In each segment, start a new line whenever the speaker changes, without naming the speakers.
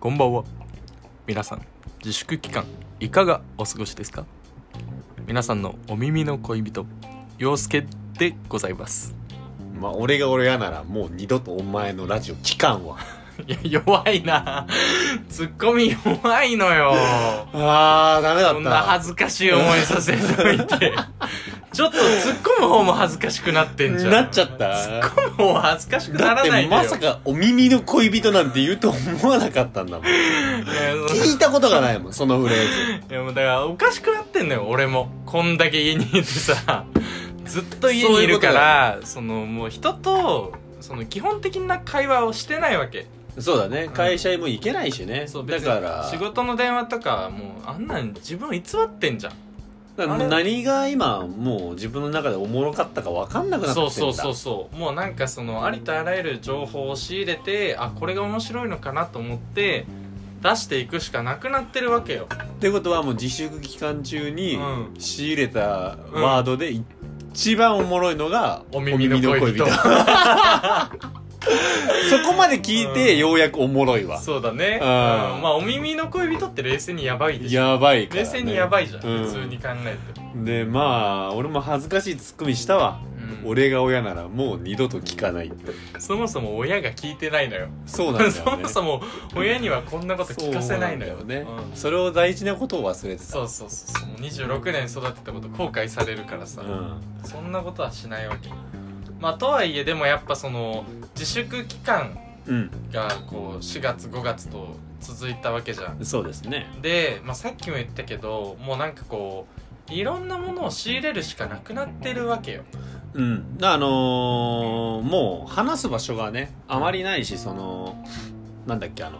こんばんは皆さん自粛期間いかがお過ごしですか皆さんのお耳の恋人陽介でございます
まあ、俺が俺やならもう二度とお前のラジオ聞かんわ
いや弱いなツッコミ弱いのよ
あーダメだ
こんな恥ずかしい思いさせとい てちょっと突っ込む方も恥ずかしくなってんじゃん
なっちゃ
突
っ
った込む方は恥ずかしくな
だっ
らない
て
でよ
まさかお耳の恋人なんて言うと思わなかったん だもん
いやその
聞いたことがないもんそのフレーズ
いやもうだからおかしくなってんのよ俺もこんだけ家にいてさ ずっと家にいるからそのもう人とその基本的な会話をしてないわけ
そうだね会社にも行けないしね、
う
だ
別に
から
仕事の電話とかもうあんなん自分を偽ってんじゃん
だからもう何が今もう自分の中でおもろかったか分かんなくなって
そう
んだ
そうそうそうもうなんかそのありとあらゆる情報を仕入れてあこれが面白いのかなと思って出していくしかなくなってるわけよ
ってことはもう自粛期間中に
うん
仕入れたワードで一番おもろいのが
お耳の恋人
お耳の恋そこまで聞いてようやくおもろいわ、
そうだね、うん、
うん
まあお耳の恋人って冷静にやばいでしょ
やばいから、ね、
冷静にやばいじゃん、
うん
普通に考えて、
でまあ俺も恥ずかしいツッコミしたわ、
うん
俺が親ならもう二度と聞かないって
そもそも親が聞いてないのよ
そうなんだよ、ね、
そもそも親にはこんなこと聞かせないのよ
そうなんだよね、
うん
それを大事なことを忘れてた
そうそうそうそうもう26年育てたこと後悔されるからさ、
うん
そんなことはしないわけまあとはいえでもやっぱその自粛期間
うん、
がこう4月5月と続いたわけじゃん
そうですね
で、まあ、さっきも言ったけどもうなんかこういろんなものを仕入れるしかなくなってるわけよ
うんあのーもう話す場所がねあまりないしそのなんだっけあの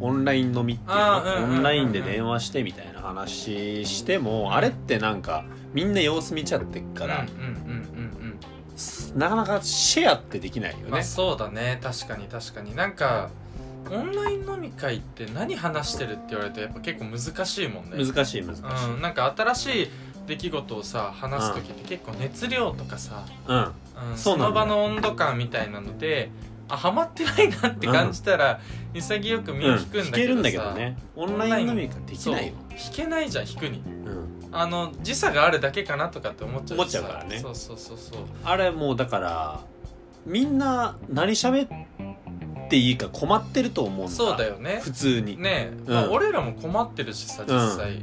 オンライン飲みっていう
あーうんうんうんう
の
ん
オンラインで電話してみたいな話してもあれってなんかみんな様子見ちゃってっか
う
ら
ん、うんうんうんうん
なかなかシェアってできないよね、
まあ、そうだね確かに確かになんかオンライン飲み会って何話してるって言われるとやっぱ結構難しいもんね
難しい難しい、
うん、なんか新しい出来事をさ話す時って結構熱量とかさ、
うん
うん、
そ
そう
な
の
ん
場
だよ
の温度感みたいなのであハマってないなって感じたら、潔く身を引くんだけどさ、
けるんだけどねオンライン飲み会でき
そう
ない
引
よ、
けないじゃん引くに
うん、
あの時差があるだけかなとかって思っちゃうしさ
思っちゃうからね
そうそうそうそう
あれもうだからみんな何喋っていいか困ってると思うんだ
そうだよね
普通に、
ねえ、まあ
うん
俺らも困ってるしさ
うん
実際、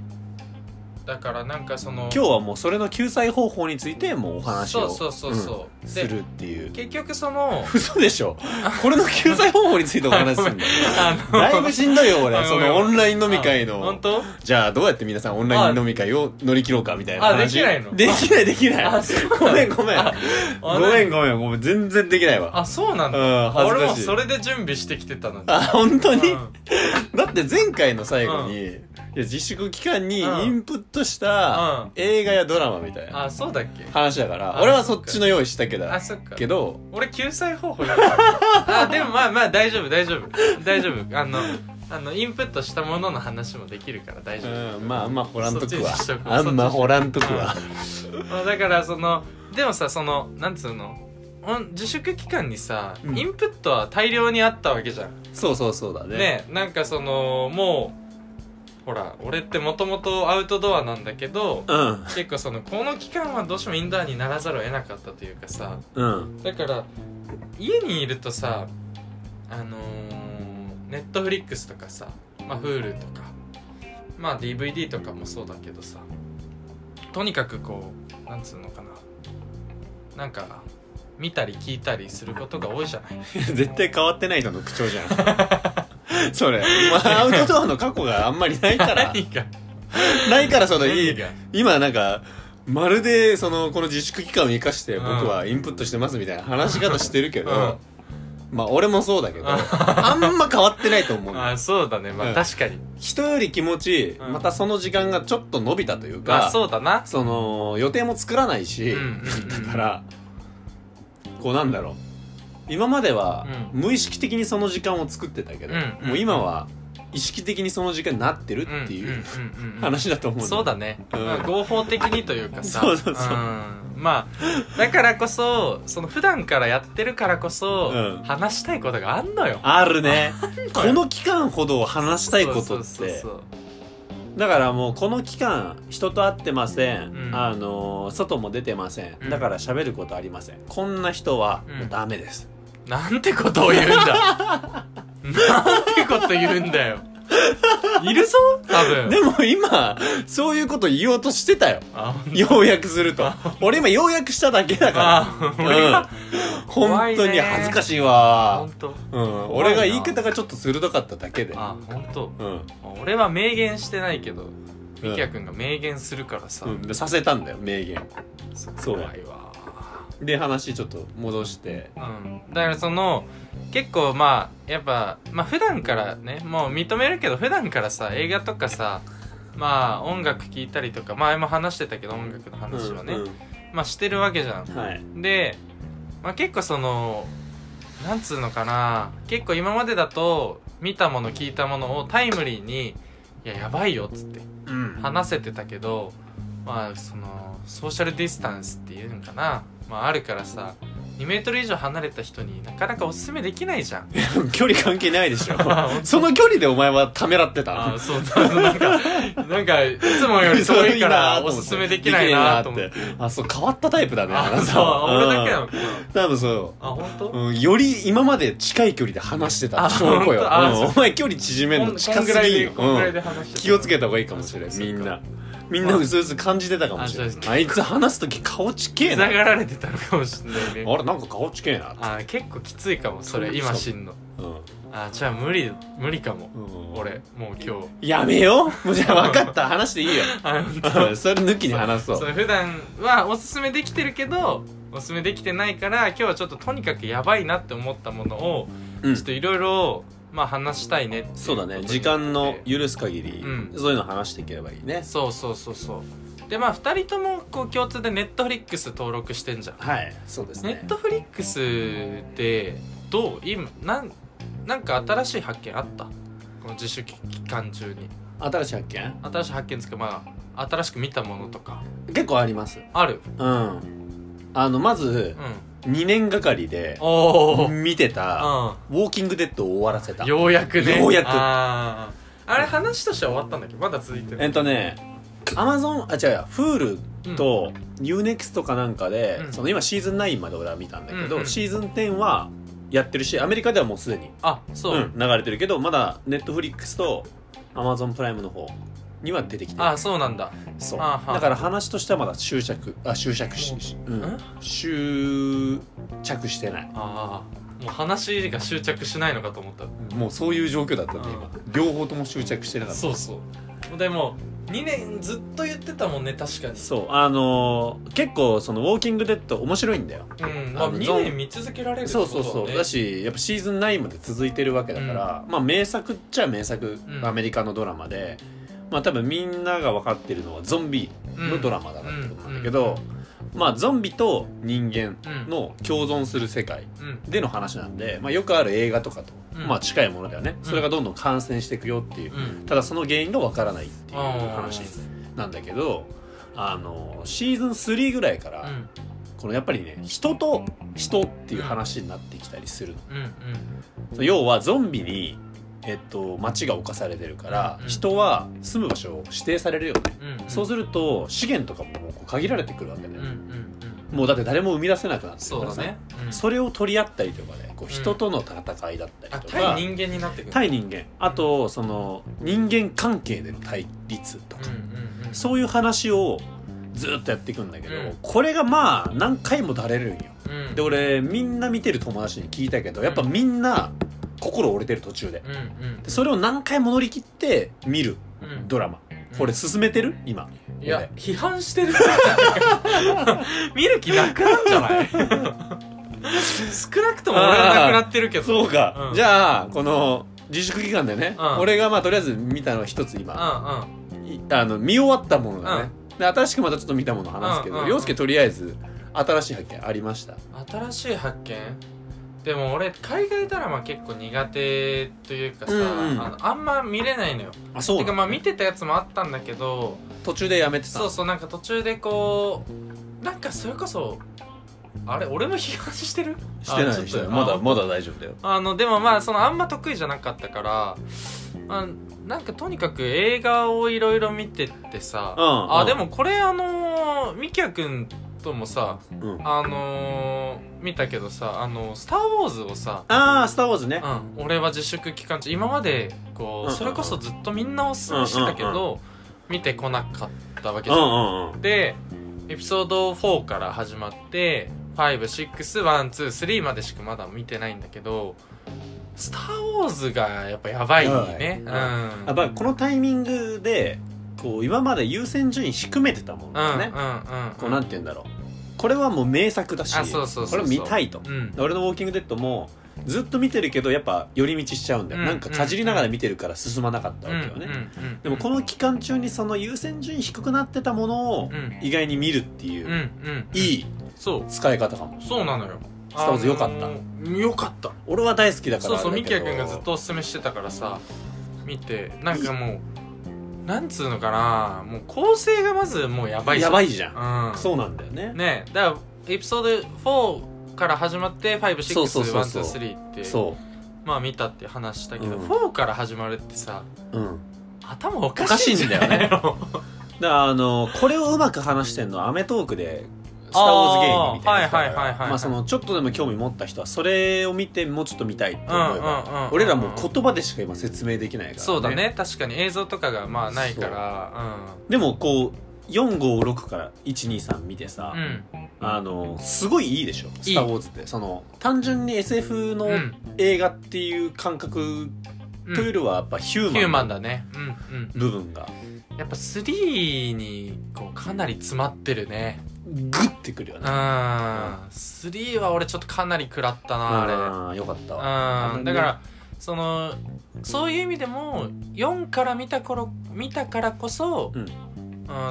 だからなんかその
今日はもうそれの救済方法についてもうお話を
そうそうそうそうう、
んす
で
るっていう
結局その
嘘でしょこれの救済方法についてお話 しするんだよ
あの
だいぶしんどいよ
あ
俺
ご
そ
めん
のオンライン飲み会
あ本
の
当
じゃあどうやって皆さんオンライン飲み会を乗り切ろうかみたいな
あでき
話
ないの
できないできな
あ
い
そう
ごめんごめん
あ
ごめん
ん
ごめんごめん全然できないわ
あそうなんだ、
うん恥ず
俺
か
も
しい
それで準備してきてたのに
あ本当に、
うん
だって前回の最後に、いや自粛期間にイ
うん
ンプットした、
うん
映画やドラマみたいな
あそうだっけ
話だから
あ
俺はそっちの用意したけど
あそっか
けど
俺救済方法やったあでもまあまあ大丈夫大丈夫大丈夫あのあのインプットしたものの話もできるから大丈夫、
うんまああんまほらんとくわ
そっちにしとこう
あんまほらんとく
そ
わ
っまあだからそのでもさそのなんつうのほん自粛期間にさ、
うん
インプットは大量にあったわけじゃん
そうそうそうだね
ねなんかそのもうほら俺ってもともとアウトドアなんだけ ど
うん
結構そのこの期間はどうしてもインドアにならざるを得なかったというかさ
うん
だから家にいるとさあのネットフリックスとかさ、まあ、Hulu とか、まあ、DVD とかもそうだけどさとにかくこうなんつうのかななんか見たり聞いたりすることが多いじゃない
絶対変わってない人の口調じゃん それ、まあ、アウトドアの過去があんまりな いから
何が
ないからそのい
何
い
が
今なんかまるでそのこの自粛期間を生かして僕はインプットしてますみたいな話し方してるけど、
うん
まあ俺もそうだけどあんま変わってないと思う の
あそうだねま
う
あ
ん
確かに、
人より気持ちいい
うん
またその時間がちょっと伸びたという
ま
か、
あそうだな
その予定も作らないし、
うんうんうん
だからこうなんだろう今までは
う
無意識的にその時間を作ってたけど、
うんうん
もう今は意識的にその時間になってるっていう
うんうんうんうん
話だと思う、
そうだね、
うん
まあ合法的にというかさ
そうそうそうん
まあだからこそその普段からやってるからこそ、
うん
話したいことがあんのよ
ある ね
こ
この期間ほど話したいことって
そうそうそう
だからもうこの期間人と会ってませ
う
ん、
ん
あのー外も出てません、
うん
だから喋ることありませんこんな人は
うん
もうダメです、
そうなんてことを言うんだなんてこと言うんだよいるぞ多分
でも今そういうこと言おうとしてたよ
あ ほんと
ようやくすると俺今ようやくしただけだか
あ
ら、
俺
うん
が、怖
本
い
当
ね
に恥ずかしいわ
本、当
うん、
怖いな
俺が言い方がちょっと鋭かっただけで、うん、
あ本当
うん
俺は明言してないけどミキヤ君が明言するからさ、
うんでさせたんだよ名言そう
怖いわ
で話ちょっと戻して
うん、だからその結構まあやっぱまあ普段からねもう認めるけど普段からさ映画とかさまあ音楽聴いたりとか前も話してたけど音楽の話はね、
うん
まあしてるわけじゃ
うん
ん
はい
で、まあ、結構そのなんつうのかな結構今までだと見たもの聞いたものをタイムリーに「いややばいよ」っつって
うん
話せてたけどまあそのソーシャルディスタンスっていうのかな、まあ、あるからさ2メートル以上離れた人になかなかおすすめできないじゃん
距離関係ないで しょ
あ本当
その距離でお前はためらって
あ
た
ーそうそうそうなんかなんかいつもより遠いから おすすめできないなと思って
できないなあそう変わったタイプだねあ
あ
なた
そう
は
俺だけな
う
の
ん
かな
多分そ
あ本当
う、うん、より今まで近い距離で話してた
あ
証拠よ、
本当あ
うん
そう
お前距離縮めん
こ
の
ん
近
こん
す
ぐらい
ぎん
で
よ、
こんぐら
う
い
ん
で話してた
気をつけた方がいいかもしれ
あ
ん
そうか
みんなみんなうすうす感じてたかもしれ
あ
ん
そうです
あいつ話す時顔ちけえ
繋
な
が
あ
られてたのかもしれないね
れなんか顔ちけえなって
あー結構きついかもそれ今死んの
うん
あーじゃあ無理無理かも
うん
俺もう今日
やめようもうじゃあ分かった話でいいよ
あ本当
うんそれ抜きに話そう
そう普段はおすすめできてるけどおすすめできてないから今日はちょっととにかくやばいなって思ったものを
うん
ちょっといろいろまあ話したいねってい
そうだ
こと
ね
に
時間
なっ
の
て
許す限り、
うん
そういうの話していければいいね
そうそうそうそうでまあ2人ともこう共通でネットフリックス登録してんじゃん
はいそうです
ネ
ね
ットフリックスでどう今なんなんか新しい発見あったこの自主期間中に
新しい発見
新しい発見ですかまあ新しく見たものとか
結構あります
ある
うんあのまず
うん
2年がかりで
おお、うん、
見てた「ウォーキングデッド」を終わらせた
ようやくね
ようやく
あーあれ話としては終わったんだけどまだ続いてる
えっとねアマゾンあ違うや Hulu と UNEXT かなんかで、
うん
その今シーズン9まで俺は見たんだけど、
うんうん
シーズン10はやってるしアメリカではもうすでに
あそう、
うん、流れてるけどまだ Netflix と Amazon プライムの方には出てきてる
あそうなんだ
そう
あは
だから話としてはまだ執着あ執着し、しうん
ん
執着してない
ああもう話が執着しないのかと思った
もうそういう状況だったんで今両方とも執着してなかった
そうそうでも2年ずっと言ってたもんね確かに
そうあのー結構その「ウォーキングデッド」面白いんだよ
うん、まあ、
あの
2年見続けられるってこ
そうそう
と
そ
だ,、
う
ね、
だしやっぱシーズン9まで続いてるわけだから、まあ名作っちゃ名作、
うん
アメリカのドラマでまあ多分みんなが分かってるのはゾンビのドラマだなってことなんだけど、まあゾンビと人間
うん
の共存する世界
うん
での話なんで、まあ、よくある映画とかと、
うん
まあ近いものだよね
ん
それがどんどん感染していくよっていう、
うん
ただその原因がわからないっていう話
あ
なんだけどあのシーズン3ぐらいから、
うん
このやっぱりね人と人っていう話になってきたりするの、
うんうん
その要はゾンビに、えっと、街が侵されてるから、
うん
人は住む場所を指定されるよね、
うんうん
そうすると資源とかももうこう限られてくるわけだ
う
よ
んうんう
ね、
ん
もうだって誰も生み出せなくなってる
そ
か
う
ら
だ
さ
ね、うん
それを取り合ったりとかねこう人との戦いだったり
あ
とか、
対人間になってくる
対人間あとその人間関係での対立とか、
うんうんうん
そういう話をずっとやっていくんだけど、
うん
これがまあ何回もだれるんよ
うん
で俺みんな見てる友達に聞いたけどやっぱみんな心折れてる途中で
うんうん
でそれを何回も乗り切って見る
うん
ドラマこれ進めてる今
いや批判してる 見る気なくなっちゃない少なくとも俺はなくなってるけど
そうか、
うん
じゃあこの自粛期間でね、
うん
俺がまあとりあえず見たのは一つ今、
うん
いあの見終わったものだね、で新しくまたちょっと見たもの話すけ
うんうん
ど
うん
凌介とりあえず新しい発見ありました
うん新しい発見でも俺海外ドラマ結構苦手というかさ、
うんうん
あのあんま見れないのよ
あそう
て
な
か
ん
ま
だ
あ見てたやつもあったんだけど
途中でやめてた
そうそうなんか途中でこうなんかそれこそあれ俺の批判してる
して
あ
な
ちょっと
いしてない
あ
まだまだ大丈夫だよ
あのでもまあそのあんま得意じゃなかったからあなんかとにかく映画をいろいろ見てってさ、
うんうん
あでもこれあのーみきやくんともさ
うん
あのー見たけどさ「あのスター・ウォーズ」をさ、
ああスター・ウォーズね
うん、俺は自粛期間中今までこう、
うんうんうん
それこそずっとみんなおすすめしてたけど、
うんうん
見てこなかったわけ
うん
じ
う
ゃん、
んうん
でエピソード4から始まって56123までしかまだ見てないんだけど「スター・ウォーズ」がやっぱやばいねう
や
ん
ばやっぱりこのタイミングでこう今まで優先順位低めてたもん
うんうん
だ
うん
ね、
う
こうんなんて言うんだろうこれはもう名作だし
あそうそうそうそう
これ見たいと、
うん
俺の「ウォーキング・デッド」もずっと見てるけどやっぱ寄り道しちゃうんだよ、
うん
なんかかじりながら見てるから進まなかったわけよね、
うんうんうん
でもこの期間中にその優先順位低くなってたものを
うん
意外に見るっていう、
うんうん
いい
そう
使い方かも
そうなのよ
スターウォーズ良かった
あのー良かった
俺は大好きだから
そうそう
あれ
み
だ
き
け
や
ど
くんがずっとおすすめしてたからさ見てなんかもうなんつうのかなもう構成がまずもうやばい
や
い
ばいじゃん、
うん
そうなんだよね
ねえだからエピソード4から始まって
そうそうそうそう
56123って
そ
まあ見たって話したけど、
うん
4から始まるってさ
ううん
頭おかしいんだよね
おだからあのこれをうまく話してんのは『アメトーク』で「スター・ウォーズ芸人」みたいなやつだから
あーはいはいはいはいはい
まあそのちょっとでも興味持った人はそれを見てもうちょっと見たいって思えば、
うんうんうんうん
俺らもう言葉でしか今説明でき ないから、
そうだね確かに映像とかがまあないから
でもこう456から123見てさ、
うんうん
あのすごいいいでしょ「スター・ウォーズ」ってその単純に SF の
うん
映画っていう感覚
うん
というよりはやっぱヒュ
ヒュ
ー
ー
マ
マ
ン
ン
な
だねうん
部分が
うんやっぱ3にこうかなり詰まってるね
グッてくるよ
うん
ね、
3は俺ちょっとかなり食らったなあれ
ああよかったわ
うんだからそのそういう意味でも4から見た頃見たからこそ、
う
うんん、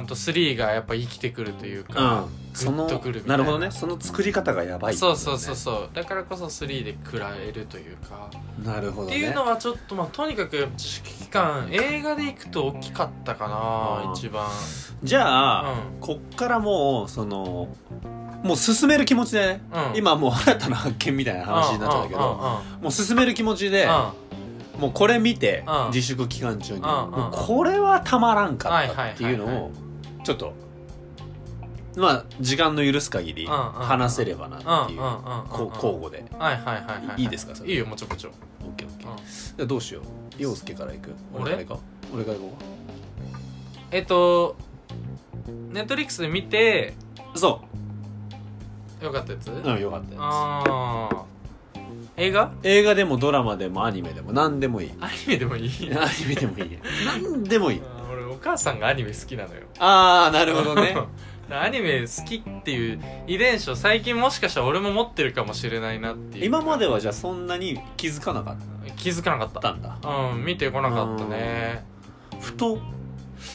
と3がやっぱ生きてくるというか、
その
グッとくるみた
ない
な
るほどねその作り方がやばいってこ
そ
と
う
だよ
そ
ね、
うそうそうだからこそ3で食らえるというか
なるほど、
っ
ね、
ていうのはちょっとまあとにかく自粛期間映画で行くと大きかったか
う
なん一番
じゃあ、
う
こっからもうそのもう進める気持ちでね、
うん
今もう新たな発見みたいな話になっちゃうんだけど、もう進める気持ちで、
う
もうこれ見て、
うん
自粛期間中に、
ん
もうこれはたまらんかったっていうの
はいはい
をちょっとまあ時間の許す限り
うんうんうん
話せればなってい
んうんうんうん
う
うんうんうん
こう交互で
はいはいはいはい
いいですかそれ
いいよもちろんもちろん
OKOK
うん
じゃあどうしよう陽介からいく俺からいこう俺からいこ
えっとネットリックスで見て
うそ
よかったやつ、
ううんよかったや
ああ映画
つ映画でもドラマでもアニメでも 何でもいい
アニメでもいい
アニメでもいいや何でもいい
あー俺お母さんがアニメ好きなのよ
ああなるほど ね
アニメ好きっていう遺伝子を最近もしかしたら俺も持ってるかもしれないなっていう
今まではじゃあそんなに気づかなかっ
気づかなかったた
んだ
うん見てこなかったね
ふと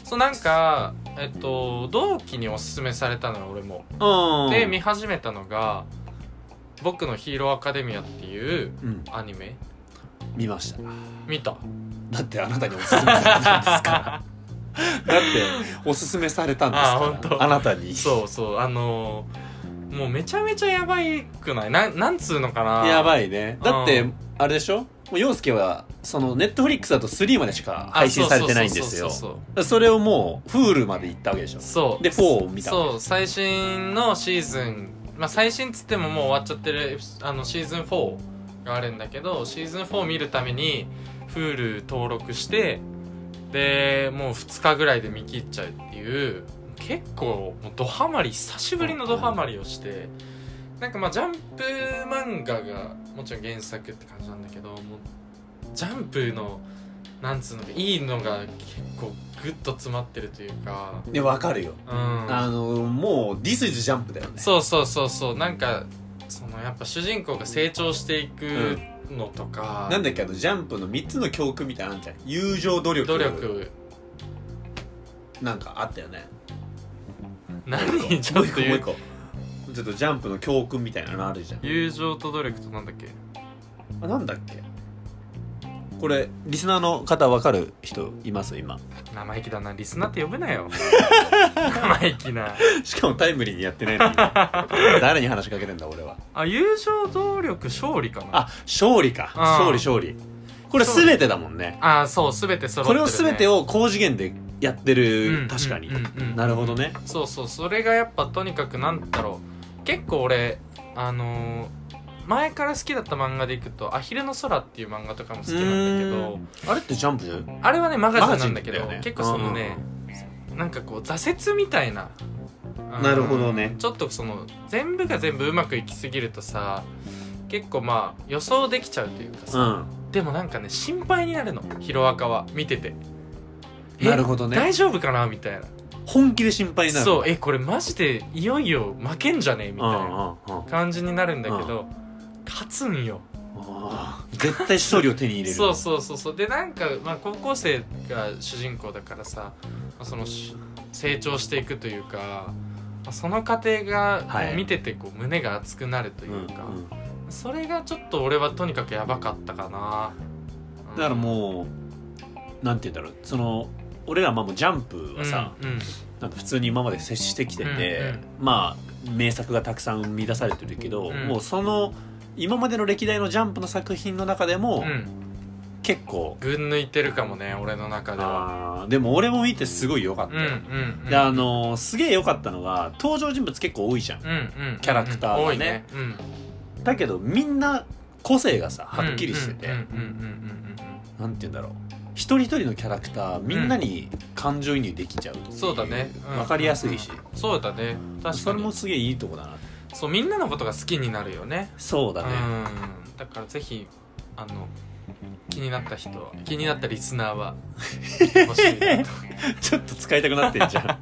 そうなんかえっと同期におすすめされたのよ俺も
うん
で見始めたのが「僕のヒーローアカデミア」っていう
うん
アニメ
見ました
見た
だってあなたにおすすめされたんですから だっておすすめされたんです
あ
か
本当
らあなたに
そうそうあのーもうめちゃめちゃやばいくないなんなんつうのかな
や
い
ばいねだって
うん
あれでしょもう陽介はそのネットフリックスだと3までしか配信されてないんですよ
そうそう
それをもう Hulu まで行ったわけでしょ
そうそう
で4を見た
そう最新のシーズンまあ最新っつってももう終わっちゃってるエピあのシーズン4があるんだけどシーズン4見るために Hulu 登録してでもう2日ぐらいで見切っちゃうっていう結構もうドハマり久しぶりのドハマりをしてなんかまあジャンプ漫画がもちろん原作って感じなんだけどもうジャンプのなんつうのかいいのが結構グッと詰まってるというか
でわかるよ
うん
あのもう「This is Jump」だよね
そうそうそうそうなんかそのやっぱ主人公が成長していくのとか、
なんだっけあのジャンプの3つの教訓みたいなのあんじゃん友情努力
努力
なんかあったよね
何ちょっと
もう
言
一
う
個もう一個ちょっとジャンプの教訓みたいなのあるじゃん
友情と努力となんだっけ
あなんだっけこれリスナーの方わかる人います今
生意気だなリスナーって呼ぶな よ生意気な
しかもタイムリーにやってないのに 誰に話しかけてんだ俺は
あ友情努力勝利かな
あ勝利か
うん
勝利勝利これ全てだもんね
あそう全て揃って
こ
る、ね、
れを全てを高次元でやって
う
る
ん
確かに
うんうんうん
なるほどね
そうそうそれがやっぱとにかくなんだろう結構俺あのー前から好きだった漫画でいくと「アヒルの空」っていう漫画とかも好きなんだけ
うー
ど
んあれってジャンプじゃん
あれはねマガジンなんだけど
マガジンだよね
結構そのねなんかこう挫折みたいなうん
なるほどね
ちょっとその全部が全部うまくいきすぎるとさ結構まあ予想できちゃうというか
う
さ、
ん
でもなんかね心配になるのヒロアカは見ててえ
なるほどね
大丈夫かなみたいな
本気で心配になる
そうえこれマジでいよいよ負けんじゃねえみ
うんう
たい
んうん
な
あ
感じになるんだけど、勝つんよ
あ絶対勝利を手に入れる
そうそうそうそうでなんか、まあ、高校生が主人公だからさまあそのし成長していくというかまあその過程が
はい
こう見ててこう胸が熱くなるというか、
うんうん
それがちょっと俺はとにかくやばかったかな、うん
だからもうなんて言うんだろうその俺らまあもうジャンプはさ、
うんうん
なんか普通に今まで接してきてて、まあ名作がたくさん生み出されてるけど、
うん
もうその今までの歴代のジャンプの作品の中でも
うん
結構、
群抜いてるかもね俺の中では
あーでも俺も見てすごい良かっ
う
た
んうん
よ、
うん
であのーすげえ良かったのが登場人物結構多いじゃん
うんうん
キャラクターがね
多いねうん
だけどみんな個性がさはっきりしてて、
うんうんうん
なんて言うんだろう一人一人のキャラクターみんなに感情移入できちゃうってい
そうだねうん
分かりやすいし、
うんそうだね確かに
それもすげえいいとこだな
そうみんなのことが好きになるよね
そうだね、
うんだからぜひあの気になった人は気になったリスナーは欲しい なと
ちょっと使いたくなってんじゃん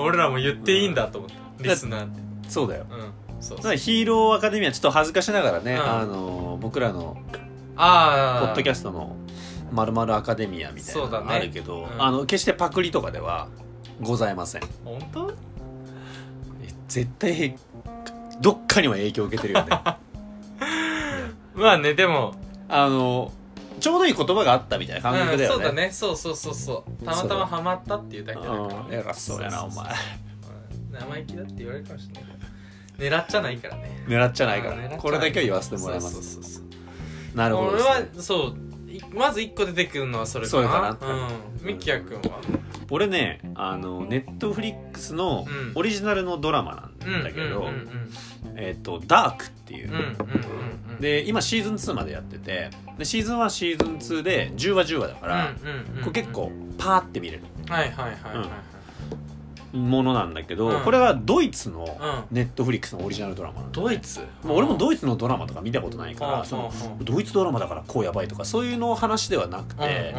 俺らも言っていいんだと思ったリスナーって
そうだよ
うん そうそ
だか
う
らヒーローアカデミアちょっと恥ずかしながらね、
うん
あの僕らのポ
ああ
ッドキ
ャス
ャストの「まるまるアカデミア」みたいなの
そうだ
が
ね
あるけ
う
ど、
ん
あの決してパクリとかではございません
ト本当
絶対へどっかには影響を受けてるよね
まあねでも
あのちょうどいい言葉があったみたいな感覚だ
う
よね、
んそうだねそうそうそうそうたまたまハマったっていうだけだから
うん偉そうやなお前
うん生意気だって言われるかもしれないけど狙っちゃないからね
狙っちゃないから
うん狙っちゃない
これだけは言わせてもらいます
そうそうそうそう
なるほど
俺
ですね、
はそういまず一個出てくるのはそれかな
それかな
うんミキヤ君は
俺ねあのネットフリックスの
うん
オリジナルのドラマなんだけど、
うんうん
えっ、と「ダークっていう、
うんうんうんうんうん
で今シーズン2までやっててでシーズン1シーズン2で10話10話だから、
うんうんうんうん
これ結構パーって見れる
はいはいはいはいはい
ものなんだけど、
うん
これはドイツの
うん
ネットフリックスのオリジナルドラマなんだ
ドイツ
まあ俺も
イ
ドイツのドラマとか見たことないから、そのドイツドラマだからこうやばいとかそういうの話ではなくて、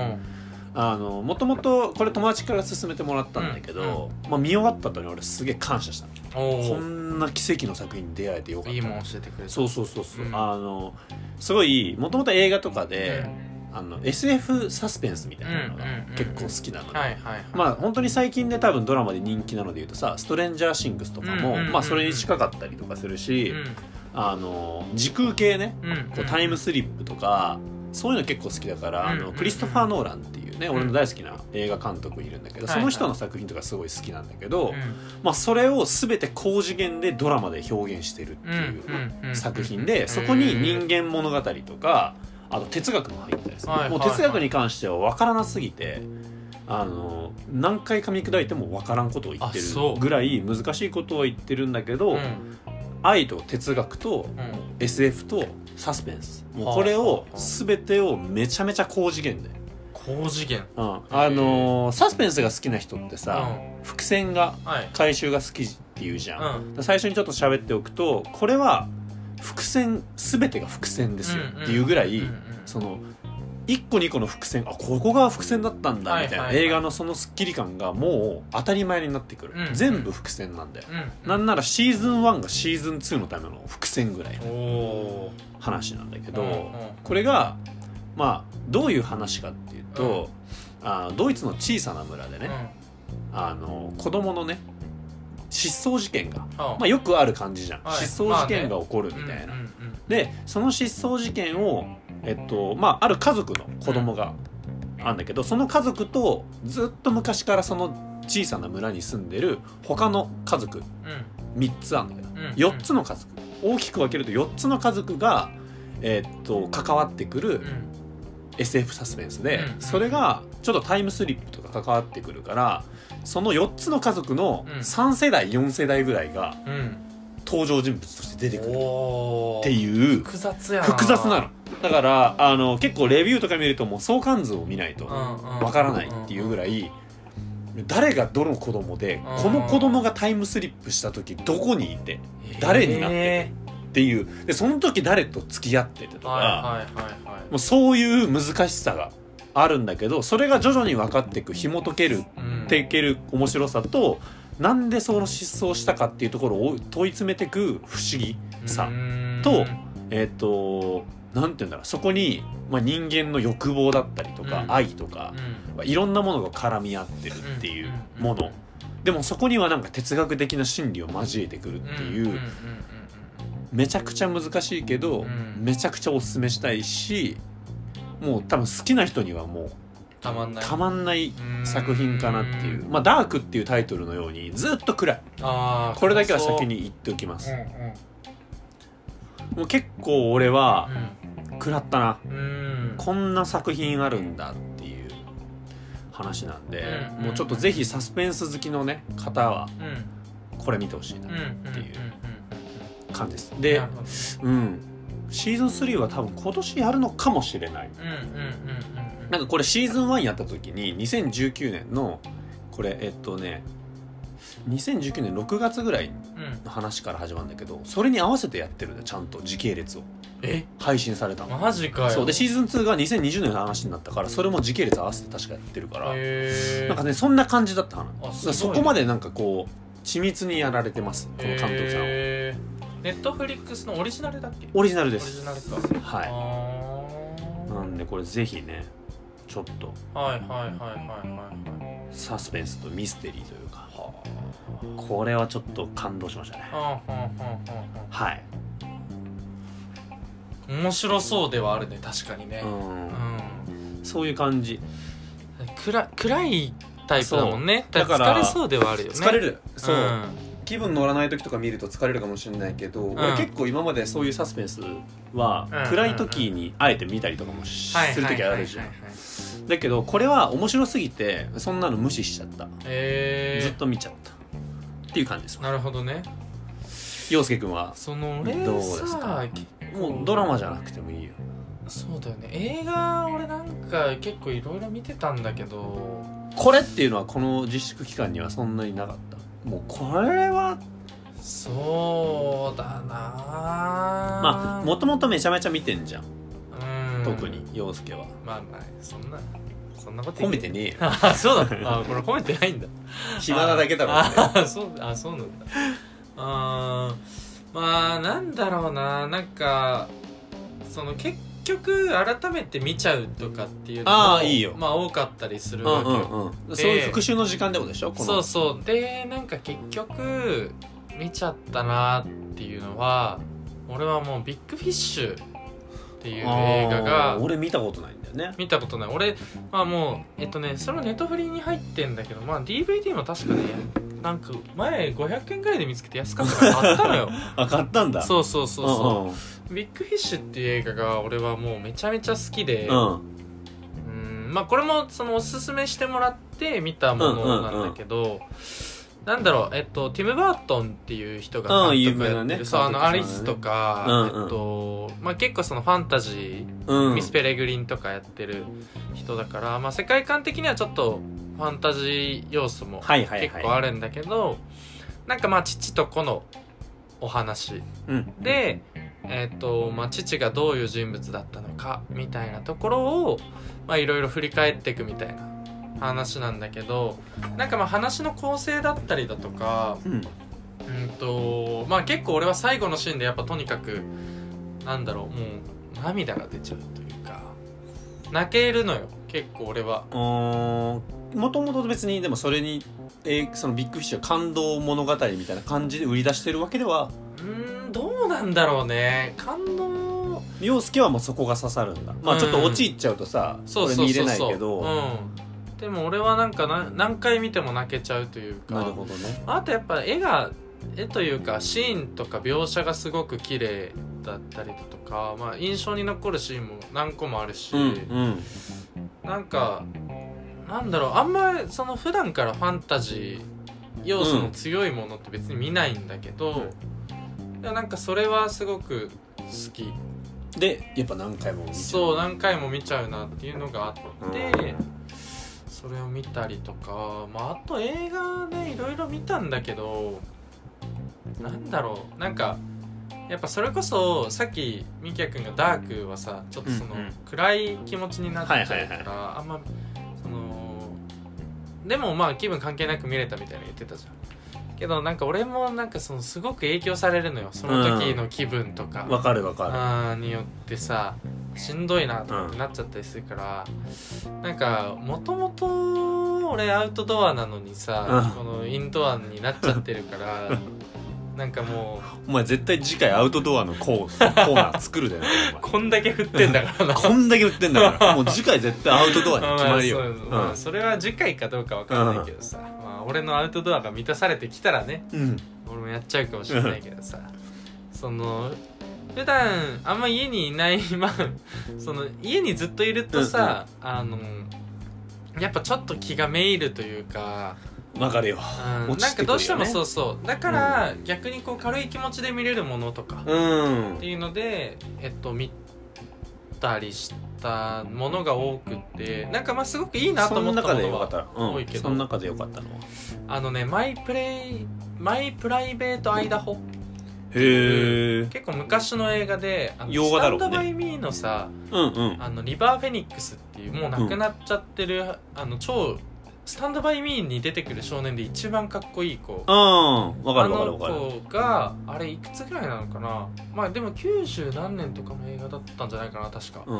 あのもともとこれ友達から勧めてもらったんだけど、まあ、見終わった後に俺すげえ感謝したのこんな奇跡の作品に出会えてよかった
いいもん教えてくれた
そうそうそうそう、
うん
あのすごいもともと映画とかで、
うん
あの SF サスペンスみたいなのが
うんうんうんうん
結構好きなので、
はいはいはい
まあ本当に最近で多分ドラマで人気なので言うとさ「ストレンジャーシングス」とかも、
うんうんうんうん
まあ、それに近かったりとかするし、あの時空系ね
うんうん
こうタイムスリップとかそういうの結構好きだから、
うん
あ
うん
のクリストファー・ノーランっていうね、
うん
俺の大好きな映画監督いるんだけど、
はい
その人の作品とかすごい好きなんだけど、
うん
まあ、それを全て高次元でドラマで表現してるっていう。
うんうん
作品でそこに人間物語とかあと哲学も入ったりする、
はい
もう哲学に関しては分からなすぎてあの何回噛み砕いても分からんことを言ってる
あそう
ぐらい難しいことを言ってるんだけど、
うんうん
愛と哲学
う
と
ん
SF とサスペンスも
は
う
あ
これを全てをめちゃめちゃ高次元で、
高次元
うんあのーサスペンスが好きな人ってさ、伏線が
うんはい
回収が好きっていうじゃん、
うん
最初にちょっと喋っておくとこれは伏線全てが伏線ですよっていうぐらい、
うんうん
その1個2個の伏線あここが伏線だったんだ
はい
みたいな、
はいはい
映画のそのスッキリ感がもう当たり前になってくる、
うん
全部伏線なんだよ、
うん
なんならシーズン1がシーズン2のための伏線ぐらいの
おお
話なんだけ
ー
ど、
うん
これがまあどういう話かっていうと、あドイツの小さな村でね、
うん
あの子供のね失踪事件が、
ま
まあ、よくある感じじゃん、
はい
失踪事件が起こるみたいな、でその失踪事件を、えっとまあ、ある家族の子供があんだけどその家族とずっと昔からその小さな村に住んでる他の家族3つあんだけど4つの家族大きく分けると4つの家族が、えっと関わってくる SF サスペンスで
うん
それがちょっとタイムスリップとか関わってくるからその4つの家族の
うん
3世代4世代ぐらいが登場人物として出てくるって
う
いう
複雑や
複雑なのだからあの結構レビューとか見るともう相関図を見ないとわ
の
からないっていうぐ
らい
らい誰がどの子供で
うん
この子供がタイムスリップした時どこにいて誰になって
て
っていうでその時誰と付き合っててとか
はいはいはいはい
もうそういう難しさがあるんだけどそれが徐々に分かっていく紐解ける
うん
っていける面白さとなんでその失踪したかっていうところを問い詰めていく不思議さ
うん
とえっ、となんて言うんだろうそこに、まあ、人間の欲望だったりとか、
うん
愛とか、まあいろんなものが絡み合ってるっていうもの、でもそこにはなんか哲学的な心理を交えてくるっていう、
んんんん
めちゃくちゃ難しいけど、
うん
めちゃくちゃおすすめしたいしもう多分好きな人にはもう
たまんない
たまんない作品かなっていう
うん
まあ「ダーク」っていうタイトルのようにずっと暗い
あー
これだけは先に言っておきま
そう
す
うんうん
もう結構俺は食らったな
うん
こんな作品あるんだっていう話なんで
うん
もうちょっとぜひサスペンス好きのね方は
うんうん
これ見てほしいな
って
いう
う
感じです
ん
で
なるほど
うんシーズン3は多分今年やるのかもしれない
うんうんうんうん
なんかこれシーズン1やった時に2019年のこれえっとね2019年6月ぐらい
うん
の話から始まるんだけどそれに合わせてやってるんだよちゃんと時系列を
え
配信されたの
マジかよ
そうで
っ
シーズン2が2020年の話になったからそれも時系列合わせて確かやってるから
へー
なんかねそんな感じだったかな
あすごいね
そこまでなんかこう緻密にやられてますこの監督さんは
へーネットフリックスのオリジナルだっけ
オリジナル
オ
で
リジ
す
ナルか
は
あ
いなんでこれぜひねちょっと
ーはいはいはいはいはいはい
サスペンスとミステリーというかこれはちょっと感動しましたね
あーはんはんはんは
はい
ん面白そうではあるね確かにね
うん
う
そういう感じ
ん暗い暗いタイプだもんね
そう
だから
だから
疲れそうではあるよね
疲
る
れるそう、気分乗らない時とか見ると疲れるかもしれないけど、俺結構今までそういうサスペンスは
うん
暗い時にあえて見たりとかもしする時あるじゃ
はい
ん
はいはいはい
だけどこれは面白すぎてそんなの無視しちゃった、
えー
ずっと見ちゃったっていう感じです
なるほどね
陽介君は
その俺
どうです
さ
かもうドラマじゃなくてもいいよ
そうだよね映画俺なんか結構いろいろ見てたんだけど
これっていうのはこの自粛期間にはそんなになかったもうこれは
そうだな
まあもともとめちゃめちゃ見てんじゃん
うん
特に陽介は
まあまあそんなそんなこと
褒
言う
めてねえよ
あそうだあこれ褒めてないん だ
暇なだけだろうね
ああそうあそうなんだあーまあなんだろうななんかその結局改めて見ちゃうとかっていうのも
あーいいよ
まあ多かったりする
うん
わけ
う
よ、
んうん、そういう復習の時間ってことでしょこの
そうそうでなんか結局見ちゃったなっていうのは俺はもうビッグフィッシュっていう映画
あ
が
ー俺見たことないんだよね
見たことない俺まあもうえっとねそれはネットフリーに入ってんだけどまあ DVD も確かねなんか前500円ぐらいで見つけて安かったからあったのよ
あ買ったんだ
そうそうそうそ
うん
うビッグフィッシュっていう映画が俺はもうめちゃめちゃ好きで
うんうん
うんまあこれもそのおすすめしてもらって見たものなんだけど、なんだろうえっとティム・バートンっていう人が
うん
監督
有名
や
な
って
ね
る、そうあのア
監督さ
リス
んだね
とか、
うんうん
えっとまあ結構そのファンタジー、
うん
ミス・ペレグリンとかやってる人だからまあ世界観的にはちょっとファンタジー要素も
はいはい
結
はい
構あるんだけど、なんかまあ父と子のお話、
うん、
で、えーとまあ、父がどういう人物だったのかみたいなところをまあいろいろ振り返っていくみたいな話なんだけどなんかまあ話の構成だったりだとか、
うん、
うんとまあ、結構俺は最後のシーンでやっぱとにかくなんだろうもう涙が出ちゃうというか泣けるのよ結構俺は。
もともと別にでもそれにえーそのビッグフィッシュは感動物語みたいな感じで売り出してるわけでは
うーんどうなんだろうね感動
陽介はもうそこが刺さるんだまあちょっと陥っちゃうとさ、
そう
これ
そう
見
そ
れ
う
ない
そう
けど、
うん、でも俺はなんか何何回見ても泣けちゃうというか
なるほどね
あとやっぱ絵が絵というかシーンとか描写がすごく綺麗だったりだとか、まあ、印象に残るシーンも何個もあるし、
うんうん
なんかなんだろうあんまりその普段からファンタジー要素の強いものって別に見ないんだけど、でもなんかそれはすごく好き
でやっぱ何回も見ちゃ
そう何回も見ちゃうなっていうのがあってそれを見たりとか、まあ、あと映画ねいろいろ見たんだけどなんだろうなんかやっぱそれこそさっきみきやくんが「ダーク」はさちょっとその
うんうん
暗い気持ちになっちゃうから、
はいはい
あんまそのでもまあ気分関係なく見れたみたいに言ってたじゃん。けどなんか俺もなんかそのすごく影響されるのよその時の気分とか。
わかるわか
あーによってさしんどいなとかってなっちゃったりするから、なんかもともと俺アウトドアなのにさ、
う
このインドアになっちゃってるからなんかも
るお前絶対次回アウトドアのコーコーナー作るでなお
う
前
こんだけ振ってんだからな
こんだけ売ってんだ からもう次回絶対アウトドアに決まるよ、
まあそうまあそれは次回かどうかわかんないけどさ、まあ、俺のアウトドアが満たされてきたらね
うん
俺もやっちゃうかもしれないけどさその普段あんま家にいないまあ その家にずっといるとさ、あのやっぱちょっと気がめいるというか、
わかるよ
うん
落
な
ち
んか
てくるよね
どうしてもそうそうだから逆にこう軽い気持ちで見れるものとか
うん
っていうので、えっと、見たりしたものが多くてなんかまあすごくいいなと
そ
思
の
ったも
中
の
でよかっ
は
た、う
多い
ん、
けど
その中でよかったのは
あのねマイプレイマイプライベートアイダホ
へえ
結構昔の映画で「あの
洋画だろうね
スタンド・バイ・ミー」のさ
うんうん
あのリバー・フェニックスっていうもう亡くなっちゃってる、あの超「スタンド・バイ・ミー」に出てくる少年で一番かっこいい子
うんわか
あ
るわかる
の
わかる
子があれいくつぐらいなのかなまあでも90何年とかの映画だったんじゃないかな確か、
うん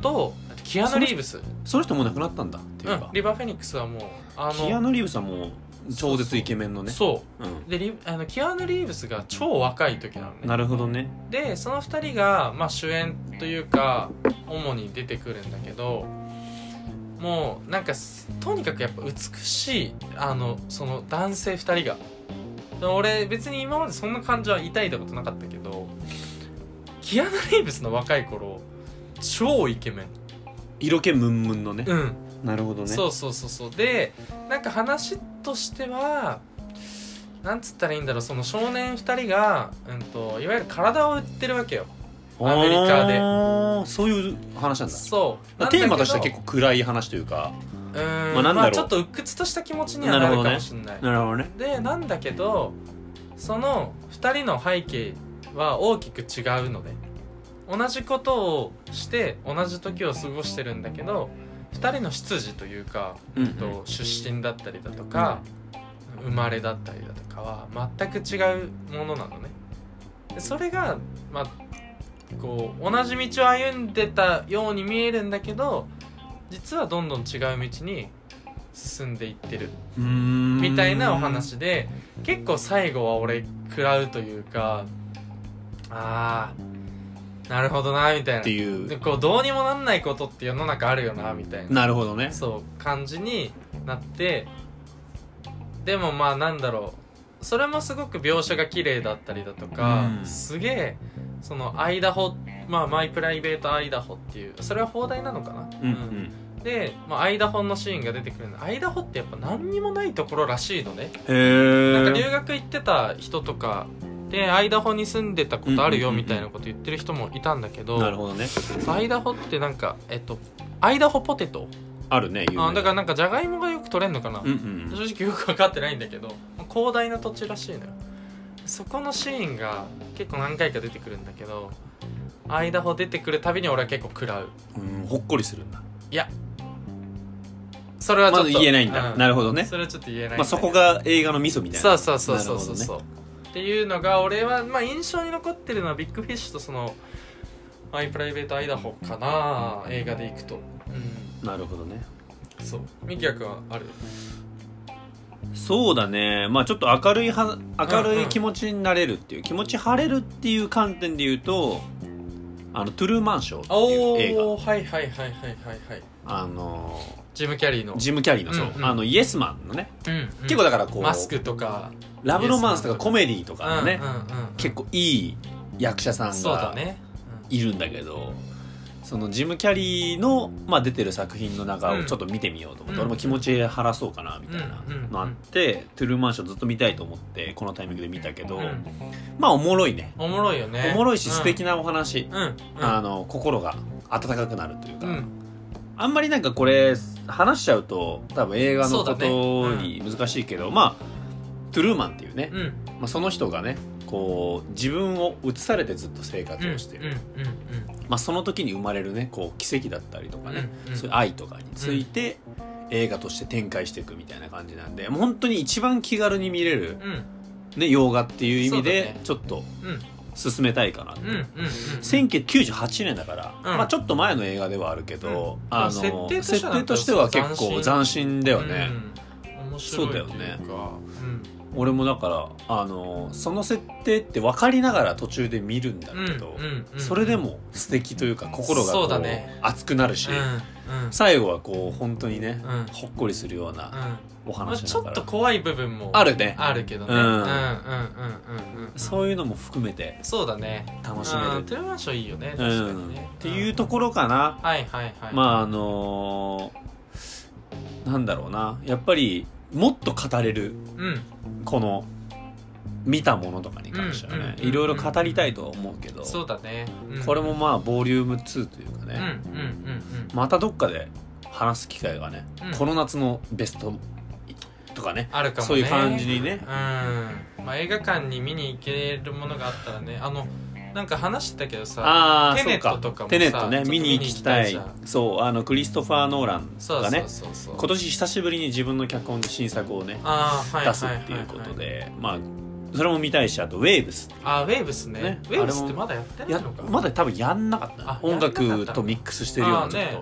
とあとキア
そ
ヌ・
の
リーブス、う
その人もう亡くなったんだっていうんか、、
リバー・フェニックスはもうあ
キア
の
ヌ・リーブさんも超絶イケメンのね、
そううでリあのキアヌ・リーブスが超若い時なのね
ん、なるほどね
でその2人が、まあ、主演というか主に出てくるんだけどもうなんかすとにかくやっぱ美しいあのその男性2人がで俺別に今までそんな感じは抱いたことなかったけどキアヌ・リーブスの若い頃超イケメン
色気ムンムンのね、
うん
なるほどね
そうそうそうそうでなんか話としてはなんつったらいいんだろうその少年2人が、うん、といわゆる体を売ってるわけよアメリカで
あーそういう話なんだ
そう
テーマとしては
構
結構暗い話というか
うーんま
まあ
あ
なんだろう
ちょっと鬱屈とした気持ちにはなるかもしれない
なるほどね
でなんだけどその2人の背景は大きく違うので同じことをして同じ時を過ごしてるんだけど2人の出自というか、
うんうん
と出身だったりだとか、生まれだったりだとかは全く違うものなのねでそれがまあこう同じ道を歩んでたように見えるんだけど実はどんどん違う道に進んでいってる
うーん
みたいなお話で結構最後は俺食らうというかああなるほどなみたいな
って
で
いう
こうどうにもなんないことって世の中あるよなみたいな
なるほどね
そう感じになってでもまあなんだろうそれもすごく描写が綺麗だったりだとか、
うん
すげえそのアイダホまあマイプライベートアイダホっていうそれは放題なのかな、
うんうん
で、まあ、アイダホのシーンが出てくるのアイダホってやっぱ何にもないところらしいのね
へ
なんか
え
留学行ってた人とかでアイダホに住んでたことあるよみたいなこと言ってる人もいたんだけど,、
なるほどね
アイダホってなんかえっとアイダホポテト
あるね有名な
あだからなんかじゃがいもがよく取れんのかな、
うんうん
正直よく分かってないんだけど広大な土地らしいのよそこのシーンが結構何回か出てくるんだけどアイダホ出てくるたびに俺は結構食らう
うんほっこりするんだ
それはちょ
ま
っ
ず
と、
言えないんだ
う
なるほどね
それはちょっと言えないんだけど
まあそこが映画の味噌みたい
そ
な
うそうそうそうそう
なる
そ
ほ
う、っていうのが俺は、まあ、印象に残ってるのはビッグフィッシュとそのマイプライベートアイダホかな映画でいくとうん
なるほどね
そうミキヤ君はある
そうだねまあちょっと明るいは明るい気持ちになれるっていう、気持ち晴れるっていう観点で言うと「あのトゥルーマンショー」って
お
いう映画
おはいはいはいはいはいはい
あの
ジム・キャリーの
ジム・キャリーのそう、
うんうん
あのイエスマンのね、
うんうん
結構だからこう
マスクとか
ラブロマンスとかコメディとかのね、
うんうんうん
結構いい役者さん
そうだ
が
ね
いるんだけどそのジム・キャリーの、まあ、出てる作品の中をちょっと見てみようと思って、
うん
俺も気持ち晴らそうかなみたいなのあって、トゥルーマンションずっと見たいと思ってこのタイミングで見たけ
う
ど、
んうん
まあおもろいね
おもろいよね
おもろいし素敵
な
なお話、
うんうん
あの心が温かくなるというか、
うん
あんまりなんかこれ話しちゃうと多分映画のこ
そう
と
だね
に難しいけど、まあトゥルーマンっていうね、
うん
まあ、その人がねこう自分を移されてずっと生活をしてる、
うんうんうん
まあ、その時に生まれるねこう奇跡だったりとか
うん
ね、
うん
そういう愛とかについて映画として展開していくみたいな感じなんでもう本当に一番気軽に見れる、
うん
ね、洋画っていう意味
そうだ
で
ね
ちょっと
うん
進めたいかなって、
うんうんうん
1998年だから、
ん
まあ、ちょっと前の映画ではあるけど、
うん
あの
設定としては
設定としては結構斬新だよね、
うん面白いってい
そうだよね
かうん
俺もだからあのその設定って分かりながら途中で見るんだけど、
うんうんうん
それでも素敵というか心がこ
そうだ
う
ね
熱くなるし、
うんうん
最後はこう本当にね、
うん
ほっこりするようなお
まあ
話
ち
だ
ょ
か
っ
ら、
と怖い部分も
あるね
あるけどね
うん
うんうんうんうんうん
そういうのも含めて
そうだね
楽しめ
う
る
ん、テレマンションいいよね
う
確
ん
かにね
っていうところかな、
はいはいはい
まああのーなんだろうなやっぱりもっと語れる
うん
この見たものとかに関してはね、
うんうん
いろいろ語りたいとは思うけど、
そうだねうん
これもまあボリューム2というか
うんうん
ね、
うんうん
またどっかで話す機会がね、
うん
この夏のベストとかね
あるかもね
そういう感じにね
うん、まあ、映画館に見に行けるものがあったらねあのなんか話してたけどさ
ああ
テネ
そう
ットとか
か
もさ
テネット
ちょ
ね
っと
見に行きたい
見に行きたいじ
そうあのクリストファー・ノーラン
そう
が
そう
ね
そうそう
今年久しぶりに自分の脚本で新作をね
あーはい
出すっていうこと
ははは
でまあそれも見たいしあと「ウェーブス
あーウェーブスね
ね
ウェーブスってまだやってな
や
いのか
まだ多分やんなかったな
あやん
音
なかった
楽とミックスしてるよう
あ
な
ー
ちょっ
ね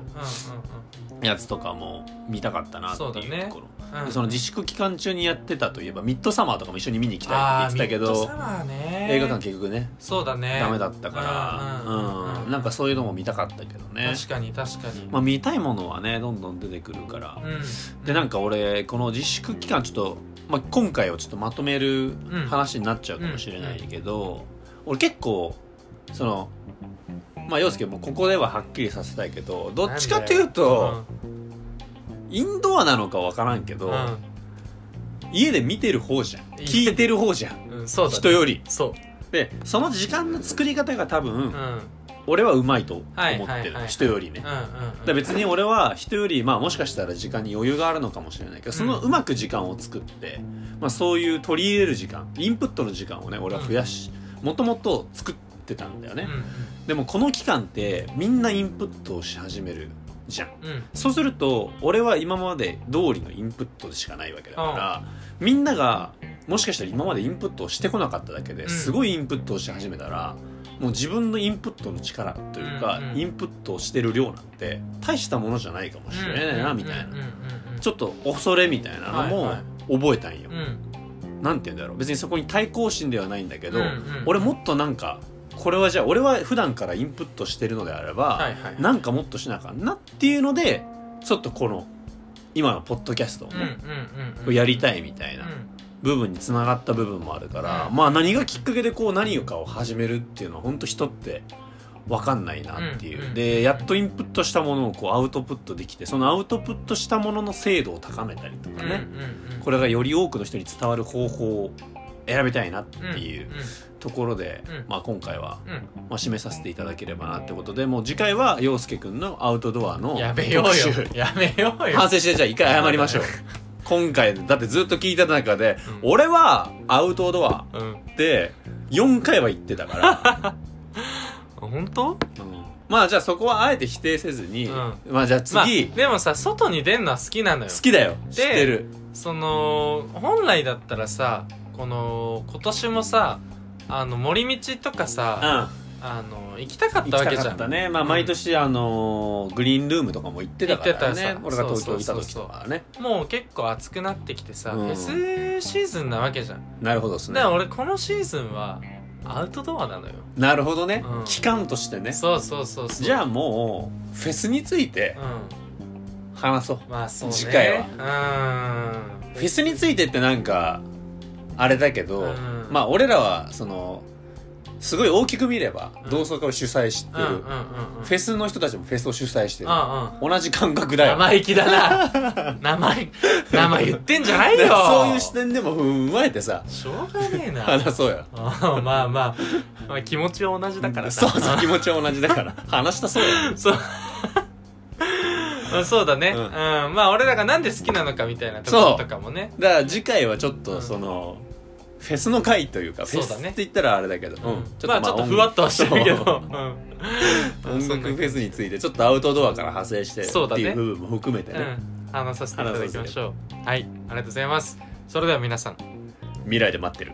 とやつとかも見たかったなって
そうだ
いう
ね
ところ
うんうんうん
その自粛期間中にやってたといえばミッドサマーとかも一緒に見に行きたいって言ってたけ
あーミッド
ど
サマーね
映画館結局ね
そうだね
ダメだったか
うんうんうん
らうんなんかそういうのも見たかったけどね
確かに確かに
まあ見たいものはねどんどん出てくるから
うん
でなん
か
か俺この自粛期間ちょっとまあ今回をちょっとまとめる話になっちゃうかもしれないけど俺結構そのまあ陽介もここでははっきりさせたいけどどっちかというとインドアなのかわからんけど家で見てる方じゃん聞いてる方じゃん
うんうんそうだね
人より
そう
でその時間の作り方が多
うんう
分
んうん
俺はうまいと思って
はいはい
る
はい
人よりねだから別に俺は人よりまあもしかしたら時間に余裕があるのかもしれないけどその
うん
うまく時間を作って、まあ、そういう取り入れる時間インプットの時間をね俺は増やしもともと作ってたんだよね、でもこの期間ってみんなインプットをし始めるじゃん
うんうん
そうすると俺は今まで通りのインプットでしかないわけだから、みんながもしかしたら今までインプットをしてこなかっただけで、
うん
すごいインプットをし始めたらもう自分のインプットの力というか、
うんうん
インプットをしてる量なんて大したものじゃないかもしれないなみたいな、
うんうんうんうん
ちょっと恐れみたいなのも
はいは
覚えたんよ、
うん
なんて言うんだろう別にそこに対抗心ではないんだけど、
うんうん
俺もっとなんかこれはじゃあ俺は普段からインプットしてるのであれば、
はいはい
なんかもっとしなあかんなっていうのでちょっとこの今のポッドキャストを
うんうん
ね、
うんうん
やりたいみたいな
うん
部分につながった部分もあるから、
うん
まあ何がきっかけでこう何かを始めるっていうのは本当人って分かんないなっていう、
うん
でやっとインプットしたものをこうアウトプットできてそのアウトプットしたものの精度を高めたりとかね、
うんうんうん
これがより多くの人に伝わる方法を選びたいなっていう
うん
ところで、
うん
まあ、今回は
うん
まあ、締めさせていただければなってことでもう次回は陽介くんのアウトドアの
やめよう
特集
よやめようよ
反省してじゃあ一回謝りましょう
そ
今回だってずっと聞いた中で、
うん
俺はアウトドア
うん
で4回は行って たから、
本当
うんまあじゃあそこはあえて否定せずに、
うん
まあじゃあ
まあ
次、
でもさ外に出るのは好きなのよ
好きだよ知ってる
その本来だったらさこの今年もさあの森道とか
う
さ
ん
あの行きたかっ
行き
たわ
た
けじ
か
ゃ
っ
ん
たね、まあ、毎年、あのーグリーンルームとかも行ってたからね
行ってたさ
俺が東京いた時
そうそうそうそう
とかね
もう結構暑くなってきてさ、
うん
フェスシーズンなわけじゃん、
なるほどですね
だから俺このシーズンはアウトドアなのよ、
なるほどね、
うん
期間としてね
そうそうそうそう
じゃあもうフェスについて
う
話そうん
まあそうね
次回
は
フェスについてってなんかあれだけど、
うん
まあ俺らはそのすごい大きく見れば
うん
同窓会を主催して
うんうんう
る、
んうん
フェスの人たちもフェスを主催してる、
うんうん
同じ感覚だよ
生意気だな 生意生言ってんじゃないよ
だからそういう視点でも踏まえてさ
しょうがねえな
話そうよ
ああまあまあ、まあ、気持ちは同じだから
そ
さ
うそう気持ちは同じだから話し たそうよ
そうまあそうだ ね、う
うんん
まあ俺らがなんで好きなのかみたいなところとかもね
だから次回はちょっと
ん
その、フェスの会というかフ
そ
ェ
う
ス
だね
って言ったらあれだけど、うん
まあちょっとふわっとはしてるけど、うん、
音楽フ
ェ
ェスについてちょっとアウトドアから派生してって
そうだね
いう部分も含めてね
うん、話させていただきましょうはいありがとうございますそれでは皆さん
未来で待ってる